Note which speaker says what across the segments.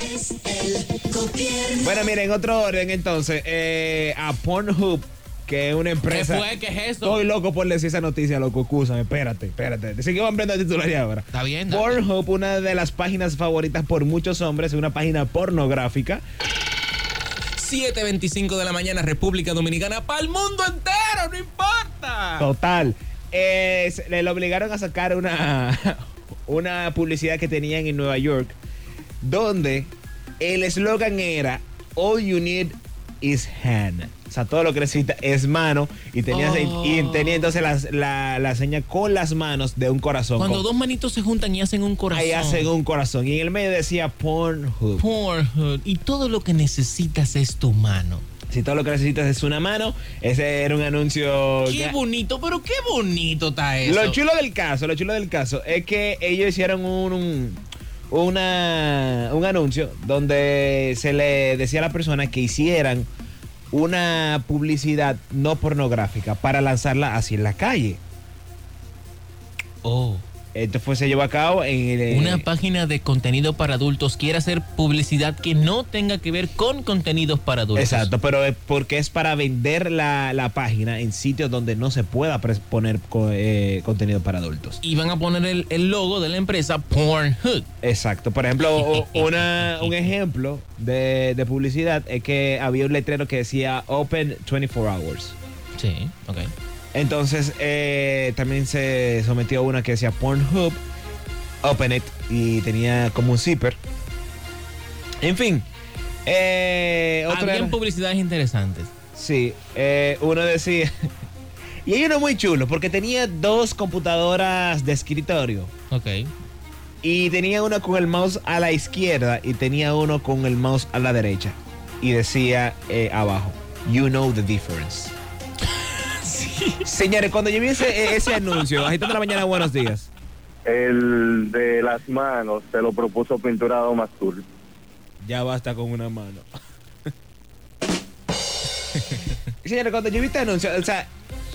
Speaker 1: Es el gobierno.
Speaker 2: Bueno, miren, otro orden entonces. eh, a Pornhub, que es una
Speaker 3: ¿Qué
Speaker 2: empresa.
Speaker 3: fue? ¿Qué es eso?
Speaker 2: Estoy loco por decir esa noticia, loco. Excusa, espérate, espérate. Así que vamos a aprender titulares ahora.
Speaker 3: Está bien, dale.
Speaker 2: Pornhub, una de las páginas favoritas por muchos hombres, es una página pornográfica.
Speaker 3: 7.25 de la mañana, República Dominicana, para el mundo entero, no importa.
Speaker 2: Total. Es- le, le obligaron a sacar una, una publicidad que tenían en Nueva York, donde el eslogan era All you need is hand. O sea, todo lo que necesita es mano. Y tenía,
Speaker 3: Oh.
Speaker 2: y tenía entonces las- la, la seña con las manos de un corazón.
Speaker 3: Cuando
Speaker 2: Con-
Speaker 3: dos manitos se juntan y hacen un corazón.
Speaker 2: Ahí hacen un corazón. Y en el medio decía Pornhub.
Speaker 3: Pornhub. Y todo lo que necesitas es tu mano.
Speaker 2: Si todo lo que necesitas es una mano, ese era un anuncio.
Speaker 3: Qué
Speaker 2: ga-
Speaker 3: bonito, pero qué bonito está eso.
Speaker 2: Lo chulo del caso, lo chulo del caso es que ellos hicieron un, un- una, un anuncio donde se le decía a la persona que hicieran una publicidad no pornográfica para lanzarla así en la calle.
Speaker 3: Oh,
Speaker 2: Esto fue, se llevó a cabo en el... eh,
Speaker 3: una página de contenido para adultos quiere hacer publicidad que no tenga que ver con contenidos para adultos.
Speaker 2: Exacto, pero es porque es para vender la, la página en sitios donde no se pueda pres- poner co- eh, contenido para adultos.
Speaker 3: Y van a poner el, el logo de la empresa Pornhub.
Speaker 2: Exacto. Por ejemplo, o- una, un ejemplo de, de publicidad es que había un letrero que decía Open 24 Hours.
Speaker 3: Sí, ok.
Speaker 2: Entonces, eh, también se sometió a una que decía Pornhub, Open It, y tenía como un zipper. En fin. Eh, otro
Speaker 3: Habían
Speaker 2: era-
Speaker 3: publicidades interesantes.
Speaker 2: Sí, eh, uno decía. y hay uno muy chulo, porque tenía dos computadoras de escritorio.
Speaker 3: Ok.
Speaker 2: Y tenía uno con el mouse a la izquierda y tenía uno con el mouse a la derecha. Y decía eh, abajo, you know the difference. Señores, cuando yo vi ese, eh, ese anuncio, agitando la mañana, buenos días.
Speaker 4: El de las manos se lo propuso Pinturado Mastur.
Speaker 2: Ya basta con una mano. Señores, cuando yo vi este anuncio, o sea,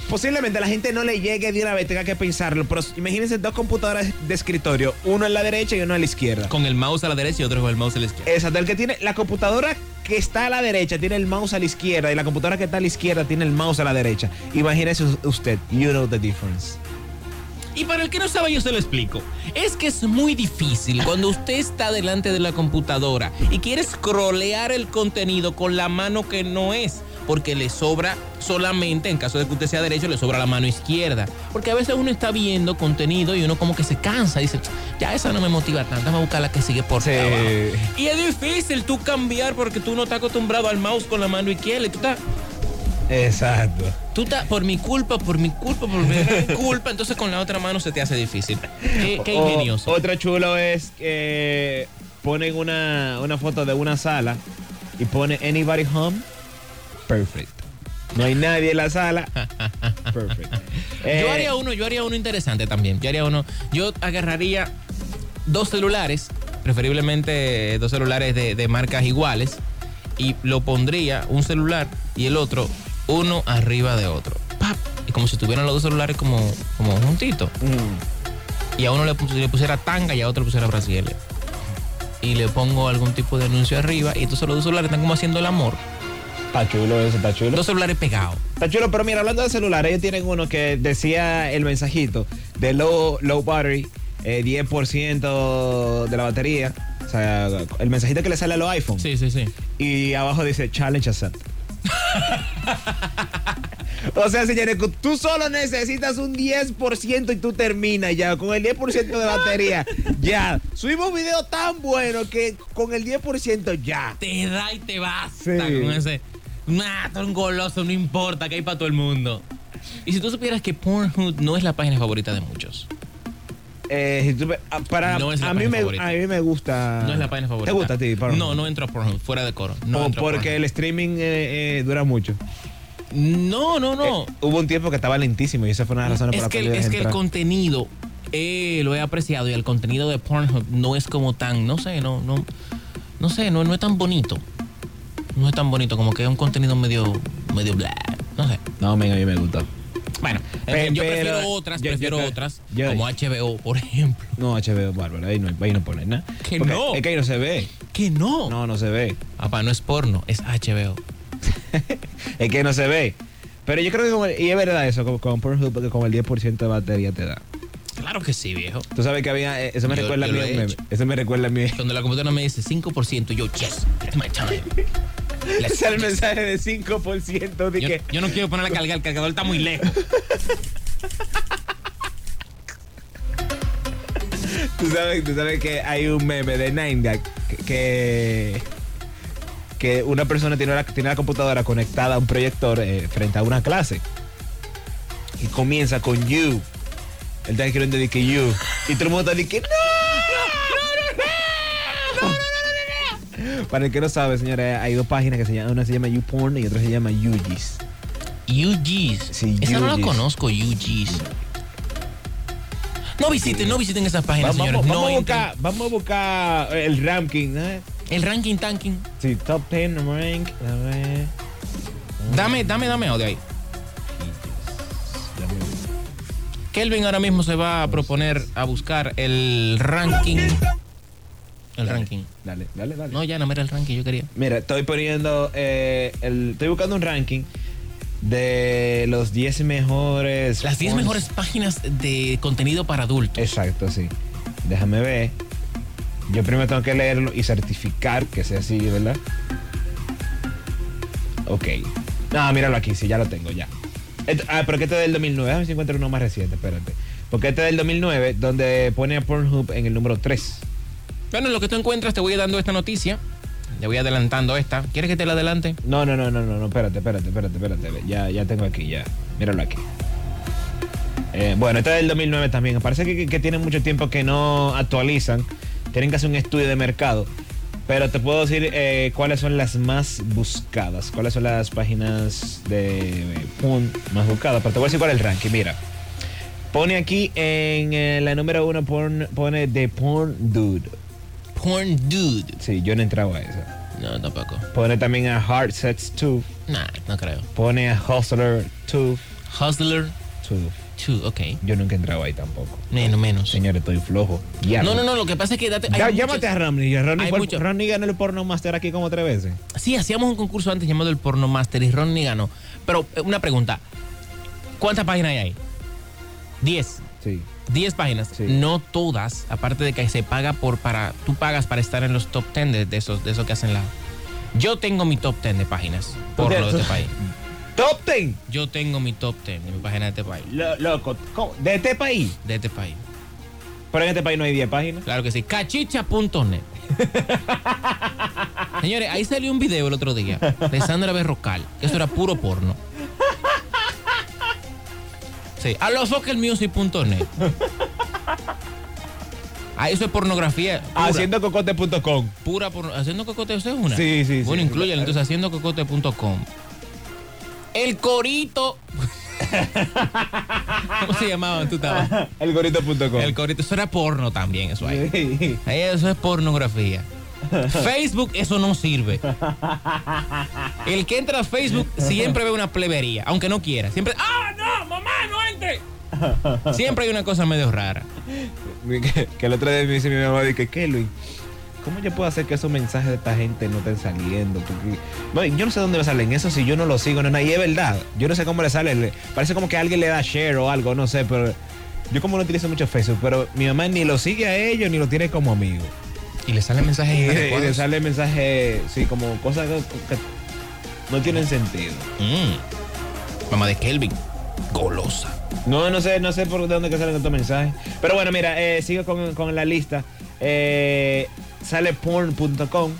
Speaker 2: posiblemente a la gente no le llegue de una vez, tenga que pensarlo, pero imagínense dos computadoras de escritorio, uno a la derecha y uno a la izquierda.
Speaker 3: Con el mouse a la derecha y otro con el mouse a la izquierda.
Speaker 2: Exacto, el que tiene la computadora que está a la derecha tiene el mouse a la izquierda y la computadora que está a la izquierda tiene el mouse a la derecha. Imagínese us- usted, you know the difference.
Speaker 3: Y para el que no sabe, yo se lo explico. Es que es muy difícil cuando usted está delante de la computadora y quiere scrollear el contenido con la mano que no es, porque le sobra solamente, en caso de que usted sea derecho, le sobra la mano izquierda. Porque a veces uno está viendo contenido y uno como que se cansa, dice, ya esa no me motiva tanto, vamos a buscar la que sigue por
Speaker 2: Sí.
Speaker 3: abajo". Y es difícil tú cambiar porque tú no estás acostumbrado al mouse con la mano izquierda y tú estás...
Speaker 2: Exacto.
Speaker 3: Tú estás por mi culpa, por mi culpa, por mi gran culpa, entonces con la otra mano se te hace difícil. Qué, qué
Speaker 2: O-
Speaker 3: ingenioso.
Speaker 2: otro chulo es que ponen una, una foto de una sala y pone anybody home, perfect. No hay nadie en la sala, perfect.
Speaker 3: yo
Speaker 2: Eh,
Speaker 3: haría uno, yo haría uno interesante también. Yo haría uno, yo agarraría dos celulares, preferiblemente eh, dos celulares de, de marcas iguales, y lo pondría un celular y el otro uno arriba de otro. ¡Pap! Y como si tuvieran los dos celulares como, como juntitos.
Speaker 2: mm.
Speaker 3: y a uno le, pus- le pusiera tanga y a otro le pusiera brasileña. Y le pongo algún tipo de anuncio arriba y entonces los dos celulares están como haciendo el amor.
Speaker 2: Está chulo eso, está chulo.
Speaker 3: Dos celulares pegados.
Speaker 2: Está chulo, pero mira, hablando de celulares, ellos tienen uno que decía el mensajito de low, low battery, eh, 10% de la batería. O sea, el mensajito que le sale a los iPhone.
Speaker 3: Sí, sí, sí.
Speaker 2: Y abajo dice challenge accept. o sea, señores, cu- tú solo necesitas un 10% y tú terminas ya. Con el 10% de batería, ya. Subimos un video tan bueno que con el 10% ya.
Speaker 3: Te da y te basta
Speaker 2: Sí.
Speaker 3: con ese. Nah, tú eres un goloso, no importa, que hay para todo el mundo. Y si tú supieras que Pornhub no es la página favorita de muchos.
Speaker 2: Eh, si tú ve- a- para,
Speaker 3: No es la
Speaker 2: a, mí
Speaker 3: página
Speaker 2: me,
Speaker 3: favorita.
Speaker 2: a mí me gusta.
Speaker 3: No es la página favorita.
Speaker 2: Ah. ¿Te gusta a ti? Pablo?
Speaker 3: No, no entro a Pornhub, fuera de coro. No
Speaker 2: O
Speaker 3: entro a
Speaker 2: porque el
Speaker 3: Pornhub.
Speaker 2: streaming eh, eh, dura mucho.
Speaker 3: No, no, no.
Speaker 2: Eh, hubo un tiempo que estaba lentísimo y esa fue una de las razones
Speaker 3: es
Speaker 2: por
Speaker 3: que,
Speaker 2: la
Speaker 3: el-
Speaker 2: cual yo dejé
Speaker 3: es que el
Speaker 2: entrar.
Speaker 3: contenido eh, lo he apreciado y el contenido de Pornhub no es como tan, no sé, no, no, no sé, no, no es tan bonito. No es tan bonito, como que es un contenido medio, medio bla, no sé.
Speaker 2: No, men, a mí me gusta.
Speaker 3: Bueno, en
Speaker 2: Pe-
Speaker 3: fin, yo
Speaker 2: pero-
Speaker 3: prefiero otras,
Speaker 2: yo- yo
Speaker 3: prefiero
Speaker 2: te-
Speaker 3: otras,
Speaker 2: yo-
Speaker 3: como HBO, por ejemplo.
Speaker 2: No, HBO, bárbaro, ahí no, ahí no ponen nada.
Speaker 3: Que
Speaker 2: Porque
Speaker 3: no.
Speaker 2: Es que ahí no se ve.
Speaker 3: que no?
Speaker 2: No, no se ve.
Speaker 3: Papá, no es porno, es HBO.
Speaker 2: Es que no se ve. Pero yo creo que, con el- y es verdad eso, con, con Pornhub, porque con el 10% de batería te da.
Speaker 3: Claro que sí, viejo.
Speaker 2: Tú sabes que había, eh, eso me
Speaker 3: Yo-
Speaker 2: recuerda
Speaker 3: yo
Speaker 2: a mí,
Speaker 3: lo he
Speaker 2: un meme.
Speaker 3: hecho.
Speaker 2: eso me recuerda a mí.
Speaker 3: Cuando la computadora me dice 5%, yo, yes, it's my time. Let's
Speaker 2: Sale el mensaje de 5% de
Speaker 3: Yo,
Speaker 2: que
Speaker 3: yo no quiero poner a cargar, el cargador está muy lejos.
Speaker 2: Tú sabes, tú sabes que hay un meme de Nine Gag que- que, que una persona tiene la, tiene la computadora conectada a un proyector eh, frente a una clase. Y comienza con you. Él está escribiendo de que you. Y todo el mundo está de que no. Para el que no sabe, señores, hay dos páginas que se llaman, una se llama YouPorn y otra se llama YouGis.
Speaker 3: UGs.
Speaker 2: Sí,
Speaker 3: Esa no la
Speaker 2: UGs.
Speaker 3: conozco, UGs. No visiten, no visiten esas páginas,
Speaker 2: Vamos,
Speaker 3: señores.
Speaker 2: vamos, vamos
Speaker 3: no
Speaker 2: a
Speaker 3: entren.
Speaker 2: buscar, vamos a buscar el ranking, ¿eh?
Speaker 3: El ranking tanking.
Speaker 2: Sí, top 10 rank. A ver.
Speaker 3: Dame, dame, dame audio ahí. Kelvin ahora mismo se va a proponer a buscar el ranking. El ranking.
Speaker 2: Dale, dale, dale.
Speaker 3: No, ya no me era el ranking, yo quería.
Speaker 2: Mira, estoy poniendo. eh, el, estoy buscando un ranking de los 10 mejores.
Speaker 3: Las 10
Speaker 2: porns.
Speaker 3: mejores páginas de contenido para adultos.
Speaker 2: Exacto, sí. Déjame ver. Yo primero tengo que leerlo y certificar que sea así, ¿verdad? Ok. No, míralo aquí, sí, ya lo tengo, ya. Et- ah, pero que este es del 2009. Déjame ver si encuentro uno más reciente, espérate. Porque este es del 2009, donde pone a Pornhub en el número 3.
Speaker 3: Bueno, lo que tú encuentras, te voy dando esta noticia. Te voy adelantando esta. ¿Quieres que te la adelante?
Speaker 2: No, no, no, no, no, no, espérate, espérate, espérate, espérate. Ya, ya tengo aquí, ya. Míralo aquí. Eh, bueno, esta es del 2009 también. Parece que, que, que tienen mucho tiempo que no actualizan. Tienen que hacer un estudio de mercado. Pero te puedo decir eh, cuáles son las más buscadas. Cuáles son las páginas de eh, porn más buscadas. Pero te voy a decir cuál es el ranking. Mira. Pone aquí en eh, la número uno porn- pone The Porn Dude.
Speaker 3: Porn Dude.
Speaker 2: Sí, yo no entraba a esa.
Speaker 3: No, tampoco.
Speaker 2: Pone también a Hard Sex 2.
Speaker 3: Nah, no creo.
Speaker 2: Pone a Hustler 2.
Speaker 3: Hustler
Speaker 2: 2.
Speaker 3: 2, ok.
Speaker 2: Yo nunca he entrado ahí tampoco.
Speaker 3: Menos, menos.
Speaker 2: Señores, estoy flojo. Ya.
Speaker 3: No, no, no, lo que pasa es que date. hay
Speaker 2: Ya-
Speaker 3: muchas-
Speaker 2: llámate a Ronnie. Ya Ronnie,
Speaker 3: Hay
Speaker 2: fue-
Speaker 3: mucho.
Speaker 2: Ronnie ganó el porno master aquí como tres veces.
Speaker 3: Sí, hacíamos un concurso antes llamado el Porno Master y Ronnie ganó. Pero eh, una pregunta: ¿cuántas páginas hay ahí? 10.
Speaker 2: Sí.
Speaker 3: 10 páginas.
Speaker 2: Sí.
Speaker 3: No todas, aparte de que se paga por para. Tú pagas para estar en los top 10 de, de esos, de esos que hacen la. Yo tengo mi top 10 de páginas por
Speaker 2: Ok,
Speaker 3: lo de este
Speaker 2: tú-
Speaker 3: país.
Speaker 2: Top 10.
Speaker 3: Yo tengo mi top 10 de mi página de este país.
Speaker 2: Lo- loco. ¿cómo? De este país.
Speaker 3: De este país.
Speaker 2: Pero en este país no hay 10 páginas.
Speaker 3: Claro que sí. Cachicha.net. Señores, ahí salió un video el otro día de Sandra Berrocal. que Eso era puro porno. Sí, a los soccermusic.net. Ah, eso es pornografía. Pura,
Speaker 2: Haciendo cocote.com.
Speaker 3: pura porno- Haciendo cocote, ¿eso es una?
Speaker 2: Sí, sí, sí.
Speaker 3: Bueno, incluyen entonces haciendo cocote.com. El corito. ¿Cómo se llamaba? Tú estabas.
Speaker 2: Elgorito.com.
Speaker 3: El corito. Eso era porno también, eso ahí.
Speaker 2: Sí.
Speaker 3: Ahí Eso es pornografía. Facebook, eso no sirve. El que entra a Facebook siempre ve una plebería, aunque no quiera. Siempre, ¡ah, no, mamá, no entre! Siempre hay una cosa medio rara.
Speaker 2: que, que el otro día me dice mi mamá, dije, ¿qué, Luis? ¿Cómo yo puedo hacer que esos mensajes de esta gente no estén saliendo? Porque, bueno, yo no sé dónde me salen eso si yo no lo sigo, nena. Y es verdad, yo no sé cómo le sale. le- parece como que alguien le da share o algo, no sé, pero yo como no utilizo mucho Facebook, pero mi mamá ni lo sigue a ellos ni lo tiene como amigo.
Speaker 3: Y le salen mensajes
Speaker 2: Y, y le
Speaker 3: inadecuados.
Speaker 2: sale mensaje, sí, como cosas que, que no tienen sentido.
Speaker 3: Mm. Mamá de Kelvin, golosa.
Speaker 2: No, no sé, no sé por de dónde que salen tantos mensajes. Pero bueno, mira, eh, sigo con, con la lista. Eh, sale porn.com.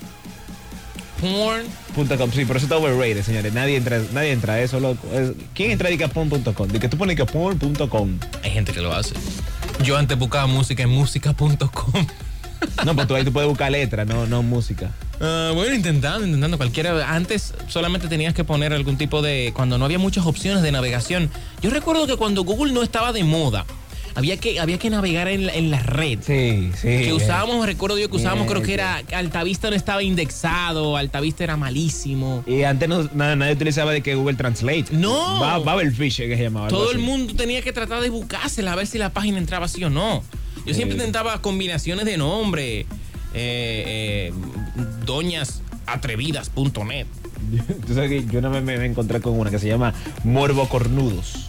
Speaker 3: Porn.
Speaker 2: .com, sí, pero eso está overrated, señores. Nadie entra, nadie entra a eso, loco. Es- ¿Quién entra a porn.com? De que tú pones que porn.com.
Speaker 3: Hay gente que lo hace. Yo antes buscaba música en música.com.
Speaker 2: No, pues tú ahí tú puedes buscar letras, no, no música.
Speaker 3: Ah, bueno, intentando, intentando cualquiera. Antes solamente tenías que poner algún tipo de... Cuando no había muchas opciones de navegación. Yo recuerdo que cuando Google no estaba de moda, había que, había que navegar en la, en la red.
Speaker 2: Sí, eh, sí.
Speaker 3: Que usábamos, recuerdo yo que usábamos,
Speaker 2: Bien,
Speaker 3: creo que era Altavista no estaba indexado, Altavista era malísimo.
Speaker 2: Y antes no, na- nadie utilizaba de que Google Translate.
Speaker 3: No.
Speaker 2: Ba- Babelfish es eh, que se llamaba. algo
Speaker 3: Todo el
Speaker 2: así.
Speaker 3: mundo tenía que tratar de buscársela a ver si la página entraba sí o no. Yo siempre
Speaker 2: Eh.
Speaker 3: intentaba combinaciones de nombre. eh, eh, doñasatrevidas.net.
Speaker 2: Tú sabes que yo una vez me, me encontré con una que se llama Morbo Cornudos.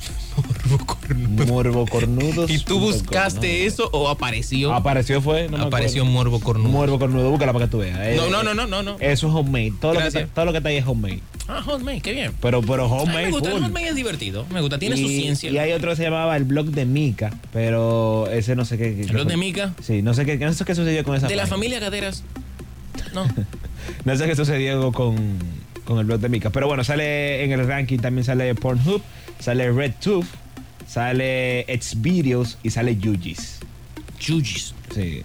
Speaker 2: Morbo Cornudos.
Speaker 3: ¿Y
Speaker 2: punto
Speaker 3: tú
Speaker 2: com,
Speaker 3: buscaste
Speaker 2: ¿no?
Speaker 3: eso o apareció?
Speaker 2: Apareció fue. no me
Speaker 3: apareció
Speaker 2: acuerdo.
Speaker 3: Morbo Cornudo.
Speaker 2: Morbo Cornudo, búscala para que tú veas. Eh,
Speaker 3: No, no, no, no, no, no.
Speaker 2: Eso es homemade. Todo lo, que
Speaker 3: Gracias.
Speaker 2: está, todo lo que está ahí es homemade.
Speaker 3: Ah, Hotmail, qué bien.
Speaker 2: Pero, pero
Speaker 3: A mí
Speaker 2: homemade.
Speaker 3: me gusta, el
Speaker 2: full.
Speaker 3: Hotmail es divertido. Me gusta, tiene
Speaker 2: y,
Speaker 3: su ciencia.
Speaker 2: Y hay otro que se llamaba el blog de Mica, pero ese no sé qué. qué-
Speaker 3: El blog
Speaker 2: qué-
Speaker 3: de Mica.
Speaker 2: Sí, no sé qué, no sé qué sucedió con esa.
Speaker 3: De la
Speaker 2: página.
Speaker 3: familia Caderas. No.
Speaker 2: No sé qué sucedió con, con el blog de Mica. Pero bueno, sale en el ranking también sale Pornhub, sale RedTube, sale Xvideos y sale Yugis.
Speaker 3: Yugis.
Speaker 2: Sí.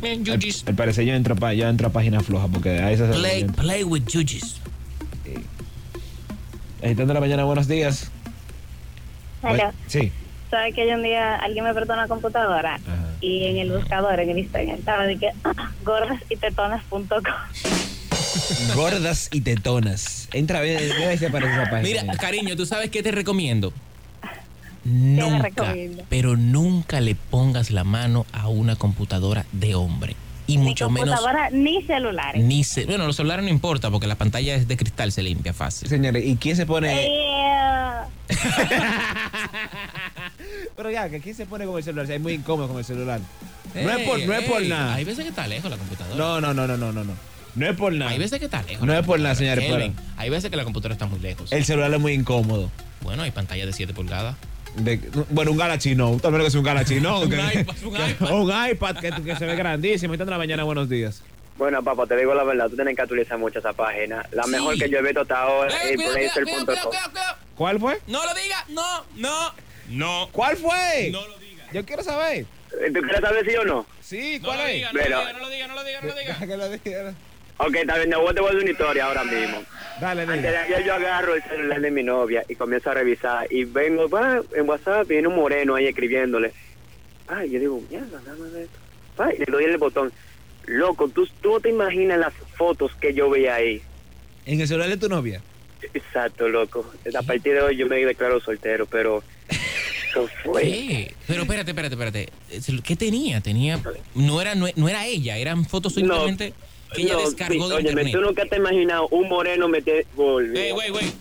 Speaker 3: Bien,
Speaker 2: Al,
Speaker 3: Yugis.
Speaker 2: al parecer yo entro, pa- yo entro a página floja porque a esas.
Speaker 3: Play, play with Yugis.
Speaker 2: Editando la mañana, buenos días.
Speaker 5: Hola.
Speaker 2: Sí.
Speaker 5: ¿Sabes que yo un día alguien me prestó una computadora
Speaker 2: Ajá.
Speaker 5: y en el buscador, en el Instagram, estaba de que ah, gordasytetonas.com.
Speaker 2: Gordas y tetonas. Entra, ve, ve ahí se aparece esa página.
Speaker 3: Mira, cariño, ¿tú sabes qué te recomiendo?
Speaker 5: la
Speaker 3: Nunca,
Speaker 5: recomiendo.
Speaker 3: pero nunca le pongas la mano a una computadora de hombre. Y
Speaker 5: Ni
Speaker 3: mucho menos
Speaker 5: computadora ni celulares.
Speaker 3: ni se, bueno, los celulares no importa porque la pantalla es de cristal, se limpia fácil.
Speaker 2: Señores, ¿y quién se pone?
Speaker 5: Eh,
Speaker 2: Pero ya, que ¿quién se pone con el celular? Es muy incómodo con el celular. No es
Speaker 3: Ey,
Speaker 2: por, no es por
Speaker 3: ey,
Speaker 2: nada.
Speaker 3: Hay veces que está lejos la computadora.
Speaker 2: No, no, no, no, no, no, no. No es por nada.
Speaker 3: Hay veces que está lejos.
Speaker 2: No
Speaker 3: la
Speaker 2: es por nada,
Speaker 3: computadora.
Speaker 2: señores,
Speaker 3: Kevin, Hay veces que la computadora está muy lejos.
Speaker 2: El celular es muy incómodo.
Speaker 3: Bueno, hay pantalla de 7 pulgadas.
Speaker 2: De- bueno, un Galaxy Note, tal vez que sea un Galaxy Note.
Speaker 3: Un
Speaker 2: que-
Speaker 3: iPad, un
Speaker 2: que-
Speaker 3: iPad.
Speaker 2: un iPad que, que se ve grandísimo. Entrando en la mañana, buenos días.
Speaker 6: Bueno, papá, te digo la verdad, tú tienes que actualizar mucho esa página. La
Speaker 3: Sí.
Speaker 6: mejor que yo he visto hasta ahora
Speaker 3: Ey,
Speaker 6: es
Speaker 3: cuidado, cuidado, cuidado, cuidado,
Speaker 6: blazer.com.
Speaker 3: cuidado, cuidado.
Speaker 2: ¿Cuál fue?
Speaker 3: No lo diga. No, no. No.
Speaker 2: ¿Cuál fue?
Speaker 3: No lo diga.
Speaker 2: Yo quiero saber.
Speaker 6: Eh, ¿Tú quieres saber sí o no?
Speaker 2: Sí,
Speaker 3: No
Speaker 2: ¿cuál
Speaker 3: lo
Speaker 2: es?
Speaker 3: diga, no lo
Speaker 6: Mira.
Speaker 3: diga, no lo diga, no lo diga, no lo diga.
Speaker 2: Que lo diga.
Speaker 6: Ok, está bien, te voy te voy a decir una historia ahora mismo.
Speaker 2: Dale,
Speaker 6: Antes de
Speaker 2: dale.
Speaker 6: ayer yo agarro el celular de mi novia y comienzo a revisar y vengo, va, en WhatsApp viene un moreno ahí escribiéndole. Ay, yo digo, mierda, dame ver esto. Va, y le doy el botón. Loco, tú, tú no te imaginas las fotos que yo veía ahí.
Speaker 2: En el celular de tu novia.
Speaker 6: Exacto, loco. A partir de hoy yo me declaro soltero, pero... Eso fue.
Speaker 3: ¿Qué? Pero espérate, espérate, espérate. Es- ¿Qué tenía? Tenía. No era, no, no era ella, eran fotos
Speaker 6: No.
Speaker 3: simplemente que ella
Speaker 6: No,
Speaker 3: descargó
Speaker 6: sí,
Speaker 3: de
Speaker 6: óyeme,
Speaker 3: internet.
Speaker 6: tú nunca te has imaginado un moreno meter gol.
Speaker 3: Ey, güey, güey.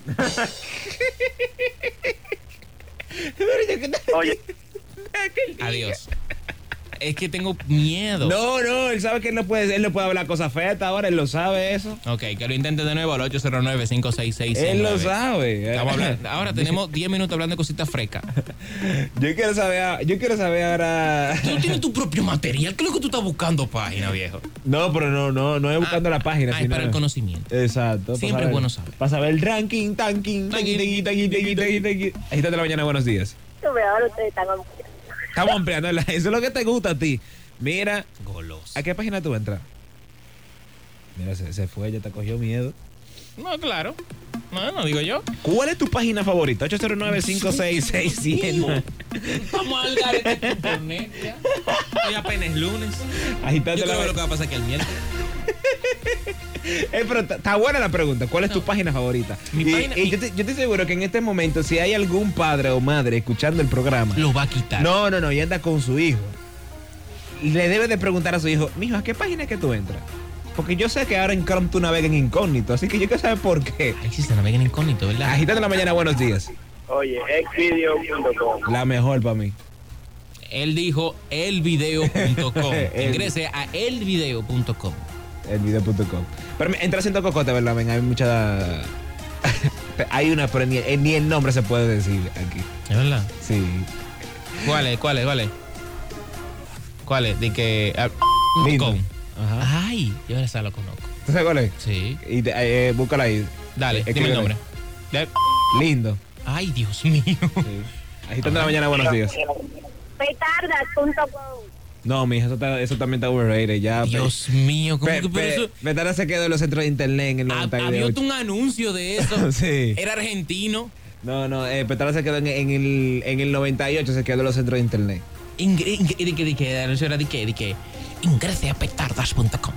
Speaker 6: Oye,
Speaker 3: Adiós. Es que tengo miedo.
Speaker 2: No, no, él sabe que él no puede, él no puede hablar cosas feas hasta ahora, él lo sabe eso.
Speaker 3: Ok, que lo intente de nuevo al 809 566
Speaker 2: Él lo sabe.
Speaker 3: Ahora tenemos 10 minutos hablando de cositas frescas.
Speaker 2: Yo quiero saber, a- yo quiero saber ahora.
Speaker 3: Tú no tienes tu propio material. ¿Qué es lo que tú estás buscando, página, viejo?
Speaker 2: No, pero no, no, no es buscando
Speaker 3: Ah,
Speaker 2: la página.
Speaker 3: ah, es
Speaker 2: sino-
Speaker 3: para el
Speaker 2: Eh.
Speaker 3: conocimiento.
Speaker 2: Exacto.
Speaker 3: Siempre es bueno saber.
Speaker 2: Para saber el ranking, tanking,
Speaker 3: Tanking,
Speaker 2: tanking, tanking, tanking, tanking, tanking, tanking. Agítate la mañana, buenos días.
Speaker 5: tú ve, ahora ustedes están anunciando.
Speaker 2: Estamos ampliando, la- eso es lo que te gusta a ti. Mira,
Speaker 3: Golos.
Speaker 2: ¿a qué página tú entras? Mira, se, se fue, ya te cogió miedo.
Speaker 3: No, claro. No, no digo yo.
Speaker 2: ¿Cuál es tu página favorita? 809-5667.
Speaker 3: Vamos al garete con internet ya. Hoy apenas es lunes.
Speaker 2: Agítate
Speaker 3: Yo
Speaker 2: la
Speaker 3: creo que lo que
Speaker 2: mañana.
Speaker 3: va a pasar es que el miércoles.
Speaker 2: Eh, pero está- está buena la pregunta. ¿Cuál es tu página favorita?
Speaker 3: Mi
Speaker 2: y
Speaker 3: página-
Speaker 2: y
Speaker 3: mi-
Speaker 2: yo, te, yo te aseguro que en este momento, si hay algún padre o madre escuchando el programa,
Speaker 3: Lo va a quitar.
Speaker 2: No, no, no, y anda con su hijo. Le debe de preguntar a su hijo, mijo, ¿a qué página es que tú entras? Porque yo sé que ahora en Chrome tú navegas en incógnito, así que yo quiero saber por qué.
Speaker 3: Ahí sí se navega en incógnito, ¿verdad?
Speaker 2: Agitando la mañana, buenos días.
Speaker 6: oye, exvideo.com.
Speaker 2: La mejor para mí.
Speaker 3: Él dijo elvideo.com.
Speaker 2: El-
Speaker 3: Ingrese a elvideo.com.
Speaker 2: El video.com. Pero me- entras en Tococote, ¿verdad? Ven, hay mucha. hay una, pero ni, eh, ni el nombre se puede decir aquí.
Speaker 3: ¿Es verdad?
Speaker 2: Sí.
Speaker 3: ¿Cuál es? ¿Cuál es? ¿Cuál es? ¿Cuál es? De que. ah,
Speaker 2: Lindo.
Speaker 3: com.
Speaker 2: Ajá.
Speaker 3: Ay, yo esa lo conozco.
Speaker 2: ¿Tú sabes cuál es?
Speaker 3: Sí.
Speaker 2: Y te- eh, eh, búscala ahí.
Speaker 3: Dale, dime
Speaker 2: Escríbele.
Speaker 3: el nombre. De-
Speaker 2: Lindo.
Speaker 3: Ay, Dios mío.
Speaker 2: Sí. Agitando la mañana, buenos días.
Speaker 5: Petardas.com.
Speaker 2: No, mija, eso, está- eso también está overrated. Ya,
Speaker 3: Dios mío, ¿cómo
Speaker 2: Ah, Pe-
Speaker 3: que por
Speaker 2: pe-
Speaker 3: eso? Ah,
Speaker 2: Petara se quedó en los centros de internet en el
Speaker 3: Ha- Había
Speaker 2: 98.
Speaker 3: un anuncio de eso.
Speaker 2: Sí.
Speaker 3: Era argentino.
Speaker 2: No, no, eh, Petara se quedó en, en el, en el 98, se quedó en los centros de internet.
Speaker 3: Ingre- ingre- de que- de que el anuncio era de que, de que ingrese a petardas.com.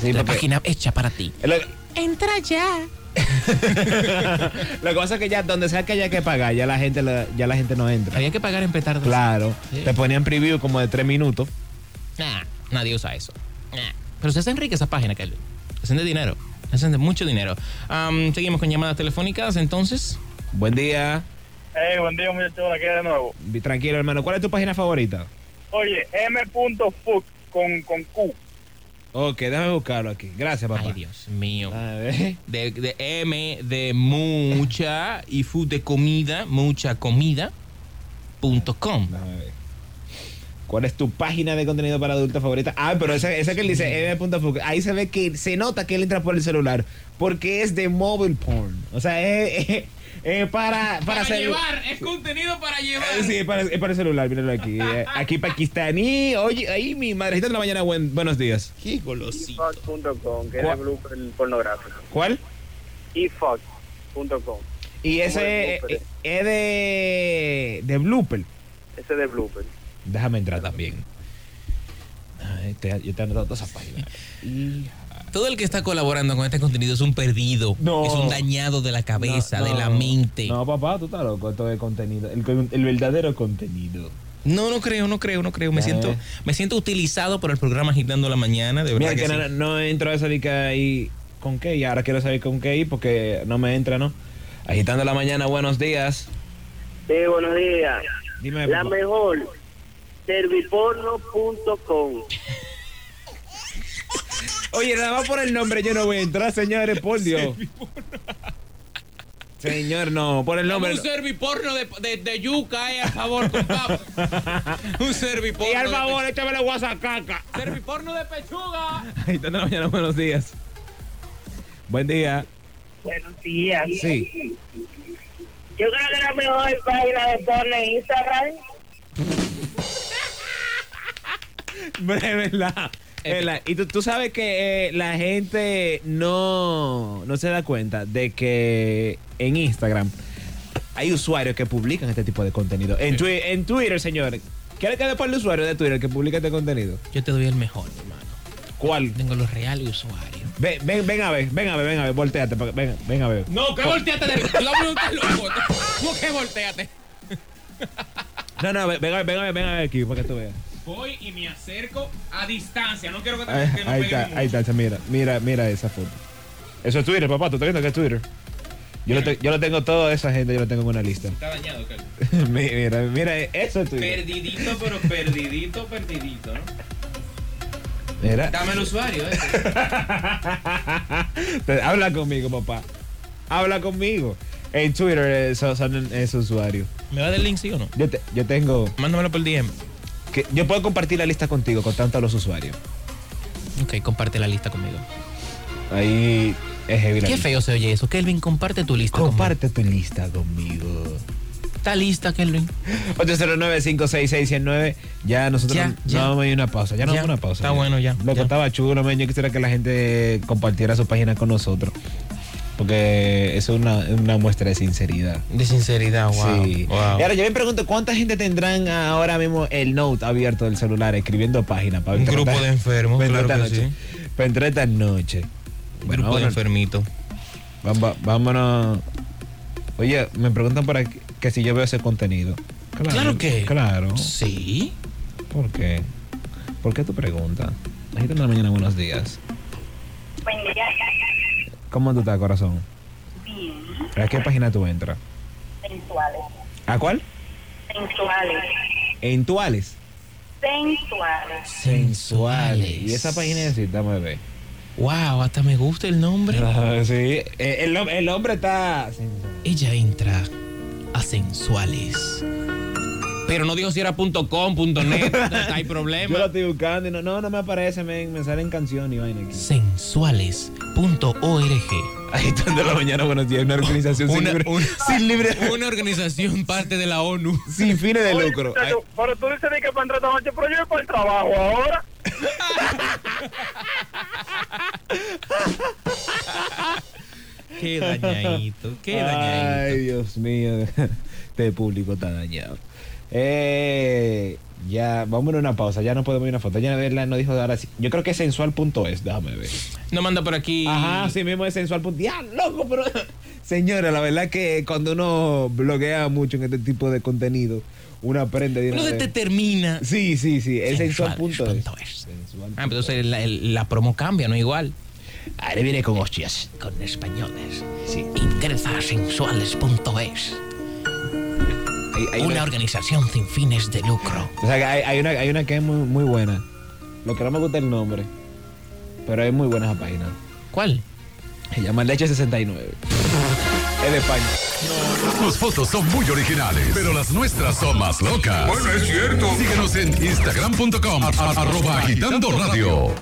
Speaker 2: Sí,
Speaker 3: la
Speaker 2: porque-
Speaker 3: página hecha para ti.
Speaker 2: Eh, Lo,
Speaker 1: Entra ya.
Speaker 2: lo que pasa es que ya donde sea que haya que pagar, ya la gente, la- ya la gente no entra.
Speaker 3: Había que pagar en petardas.
Speaker 2: Claro.
Speaker 3: Sí.
Speaker 2: Te ponían preview como de 3 minutos.
Speaker 3: Nah, nadie usa eso. Nah. Pero se hacen ricas esas páginas, Kelvin. Se hacen de dinero. Se hacen de mucho dinero. Am, seguimos con llamadas telefónicas, entonces.
Speaker 2: Buen día.
Speaker 7: Hey, Eh, buen día, muchachos. Aquí de nuevo.
Speaker 2: Vi- Tranquilo, hermano. ¿Cuál es tu página favorita?
Speaker 7: Oye, m.food con, con Q.
Speaker 2: Ok, déjame buscarlo aquí. Gracias, papá.
Speaker 3: Ay, Dios mío.
Speaker 2: A ver.
Speaker 3: De, de M, de mucha y food de comida, mucha comida. Punto com.
Speaker 2: Déjame ver. ¿Cuál es tu página de contenido para adultos favorita? Ah, pero esa, esa que él dice m.fug. Ahí se ve que se nota que él entra por el celular porque es de mobile porn. O sea, es, es- es para, para, celu-
Speaker 3: es contenido para llevar.
Speaker 2: Eh, Sí, es para, es para el celular, míralo aquí. Eh, aquí pakistaní. Oye, ahí mi madrecita de la mañana, buen- buenos días.
Speaker 3: Qué golosito.
Speaker 6: Efox.com, que es
Speaker 2: ¿Cuál?
Speaker 6: el grupo el pornográfico.
Speaker 2: ¿Cuál?
Speaker 6: Efox.com,
Speaker 2: Y ese
Speaker 6: de
Speaker 2: eh,
Speaker 6: blooper.
Speaker 2: eh, es de, de blooper.
Speaker 6: ese de blooper.
Speaker 2: Déjame entrar también. Ay, te- yo te he anotado todas esas páginas. Y-
Speaker 3: Todo el que está colaborando con este contenido es un perdido.
Speaker 2: No.
Speaker 3: Es un dañado de la cabeza,
Speaker 2: No,
Speaker 3: de la
Speaker 2: no.
Speaker 3: mente. No.
Speaker 2: No, papá, tú estás loco. Esto es contenido. El, con- el verdadero contenido.
Speaker 3: no, creo, no creo, no creo. Me
Speaker 2: Eh.
Speaker 3: siento, me siento utilizado por el programa Agitando la Mañana, de verdad.
Speaker 2: Mira que,
Speaker 3: que sí.
Speaker 2: no, no entro a esa dica ahí con qué. Y ahora quiero saber con qué ir porque no me entra, ¿no? Agitando la mañana, buenos días.
Speaker 6: Sí, buenos días.
Speaker 3: Eh,
Speaker 2: Dime,
Speaker 6: La
Speaker 2: papá.
Speaker 6: mejor, serviporno.com.
Speaker 2: Oye, nada más por el nombre yo no voy a entrar, señores, por Dios. Señor, no, por el nombre. no.
Speaker 3: serviporno de, de, yuca, eh, al favor, Un serviporno.
Speaker 2: Y al favor, échame la guasacaca.
Speaker 3: Serviporno de pechuga.
Speaker 2: Agitando la mañana, buenos días. Buen día.
Speaker 5: Buenos días.
Speaker 2: Sí.
Speaker 5: Yo creo que la mejor página de porno en Instagram.
Speaker 2: Breve, ¿verdad? ¿Verdad? Y tú, tú sabes que eh, la gente no, no se da cuenta de que en Instagram hay usuarios que publican este tipo de contenido. En, Twi- en Twitter, señor. ¿Quieres que después el usuario de Twitter que publica este contenido?
Speaker 3: Yo te doy el mejor, hermano.
Speaker 2: ¿Cuál?
Speaker 3: Tengo los reales usuarios.
Speaker 2: Ven, ven, ven a ver, ven a ver, ven a ver, volteate. pa' que- Ven, ven a ver.
Speaker 3: No, que volteate de Tú dame un loco. No, que volteate.
Speaker 2: No, no, ven, ven a ver, ven a ver, ven a ver aquí para que tú veas.
Speaker 3: Voy y me acerco a distancia. No quiero que
Speaker 2: Ahí, ahí está, ahí está, mira, mira, mira esa foto. Eso es Twitter, papá, tú estás viendo que es Twitter. Yo lo, te- yo lo tengo toda esa gente, yo lo tengo en una lista.
Speaker 3: Está dañado, Carlos.
Speaker 2: mira, mira, eso es Twitter.
Speaker 3: Perdidito, pero perdidito, perdidito, ¿no?
Speaker 2: Mira.
Speaker 3: Dame el usuario, eh.
Speaker 2: Te- Habla conmigo, papá. Habla conmigo. En Twitter esos son esos usuarios.
Speaker 3: ¿Me va del link, sí o no?
Speaker 2: Yo, te- yo tengo.
Speaker 3: Mándamelo por DM.
Speaker 2: que- yo puedo compartir la lista contigo con tanto a los usuarios.
Speaker 3: Ok, comparte la lista conmigo.
Speaker 2: Ahí es heavy la
Speaker 3: Qué
Speaker 2: lista.
Speaker 3: feo se oye eso. Kelvin, comparte tu lista.
Speaker 2: Comparte tu lista conmigo.
Speaker 3: conmigo. Está lista, Kelvin.
Speaker 2: 809-566-109. Ya nosotros
Speaker 3: Ya,
Speaker 2: no-
Speaker 3: ya.
Speaker 2: no vamos a ir a una pausa. Ya no
Speaker 3: Ya.
Speaker 2: vamos a una pausa.
Speaker 3: Está bueno, ya,
Speaker 2: Loco,
Speaker 3: ya.
Speaker 2: estaba chulo, man. Yo quisiera que la gente compartiera su página con nosotros. Porque eso es una, una muestra de sinceridad.
Speaker 3: De sinceridad, Ah, wow.
Speaker 2: Sí.
Speaker 3: wow.
Speaker 2: Y ahora yo me pregunto cuánta gente tendrán ahora mismo el note abierto del celular escribiendo páginas para
Speaker 3: Un grupo
Speaker 2: esta-
Speaker 3: de enfermos,
Speaker 2: para
Speaker 3: claro
Speaker 2: esta
Speaker 3: que
Speaker 2: noche. Para entrar esta noche. Bueno,
Speaker 3: Grupo de
Speaker 2: vámonos.
Speaker 3: enfermito.
Speaker 2: Vamba- vámonos. Oye, me preguntan para que, que si yo veo ese contenido.
Speaker 3: Claro que-
Speaker 2: Claro.
Speaker 3: Sí.
Speaker 2: ¿Por qué? ¿Por qué tu pregunta? Agítame la mañana, buenos días.
Speaker 5: Buen día.
Speaker 2: ¿Cómo tú estás, corazón?
Speaker 5: Bien.
Speaker 2: ¿A qué página tú entras?
Speaker 5: Sensuales.
Speaker 2: ¿A cuál?
Speaker 5: Sensuales.
Speaker 2: En Tuales.
Speaker 5: Sensuales.
Speaker 3: Sensuales.
Speaker 2: Y esa página es así, dame ver.
Speaker 3: Wow, hasta me gusta el nombre.
Speaker 2: Ah, sí, Eh, el, hom- el hombre está.
Speaker 3: Ella entra a sensuales. Pero no dijo si era punto .com, punto .net, hay
Speaker 2: Yo lo
Speaker 3: problema.
Speaker 2: estoy buscando y no, no, no me aparece, men, me salen canciones y vaina aquí.
Speaker 3: Sensuales.org
Speaker 2: Ahí están de la mañana, buenos días, una organización
Speaker 3: Una-
Speaker 2: sin, libre,
Speaker 3: una-
Speaker 2: sin libre-
Speaker 3: Una organización parte de la ONU.
Speaker 2: sin fines de
Speaker 7: Oye,
Speaker 2: lucro.
Speaker 7: muchacho, pero tú dices de que para entrar esta noche, pero yo voy para el trabajo ahora.
Speaker 3: Qué dañadito,
Speaker 2: Ay,
Speaker 3: qué
Speaker 2: Ay,
Speaker 3: dañadito.
Speaker 2: Dios mío, este público está dañado. Eh, ya, vámonos a una pausa, ya no podemos ir a una foto. Ya verla no dijo ahora sí. Yo creo que es sensual.es, déjame ver.
Speaker 3: No manda por aquí.
Speaker 2: Ajá, sí mismo es sensual. punto- Ya, loco, pero. Señora, la verdad que cuando uno bloguea mucho en este tipo de contenido, una prenda de
Speaker 3: Uno
Speaker 2: una
Speaker 3: se te
Speaker 2: vez.
Speaker 3: termina.
Speaker 2: Sí, sí, sí. Es sensual
Speaker 3: este Sensual,
Speaker 2: punto es.
Speaker 3: punto es.
Speaker 2: Sensual
Speaker 3: Ah,
Speaker 2: punto
Speaker 3: pero entonces la, el- la promo cambia, no igual. Ahora viene con hostias, con españoles.
Speaker 2: Sí.
Speaker 3: Interesasensuales.es,
Speaker 2: es. Hay- hay
Speaker 3: una
Speaker 2: una,
Speaker 3: organización sin fines de lucro.
Speaker 2: o sea, que hay, hay una, hay una que es muy, muy buena. Lo que no me gusta es el nombre. Pero es muy buena esa página.
Speaker 3: ¿Cuál?
Speaker 2: Se llama Leche 69. es de España.
Speaker 8: Tus fotos son muy originales, pero las nuestras son más locas. Bueno, es cierto. Síguenos en instagram.com, a- a- arroba agitando radio.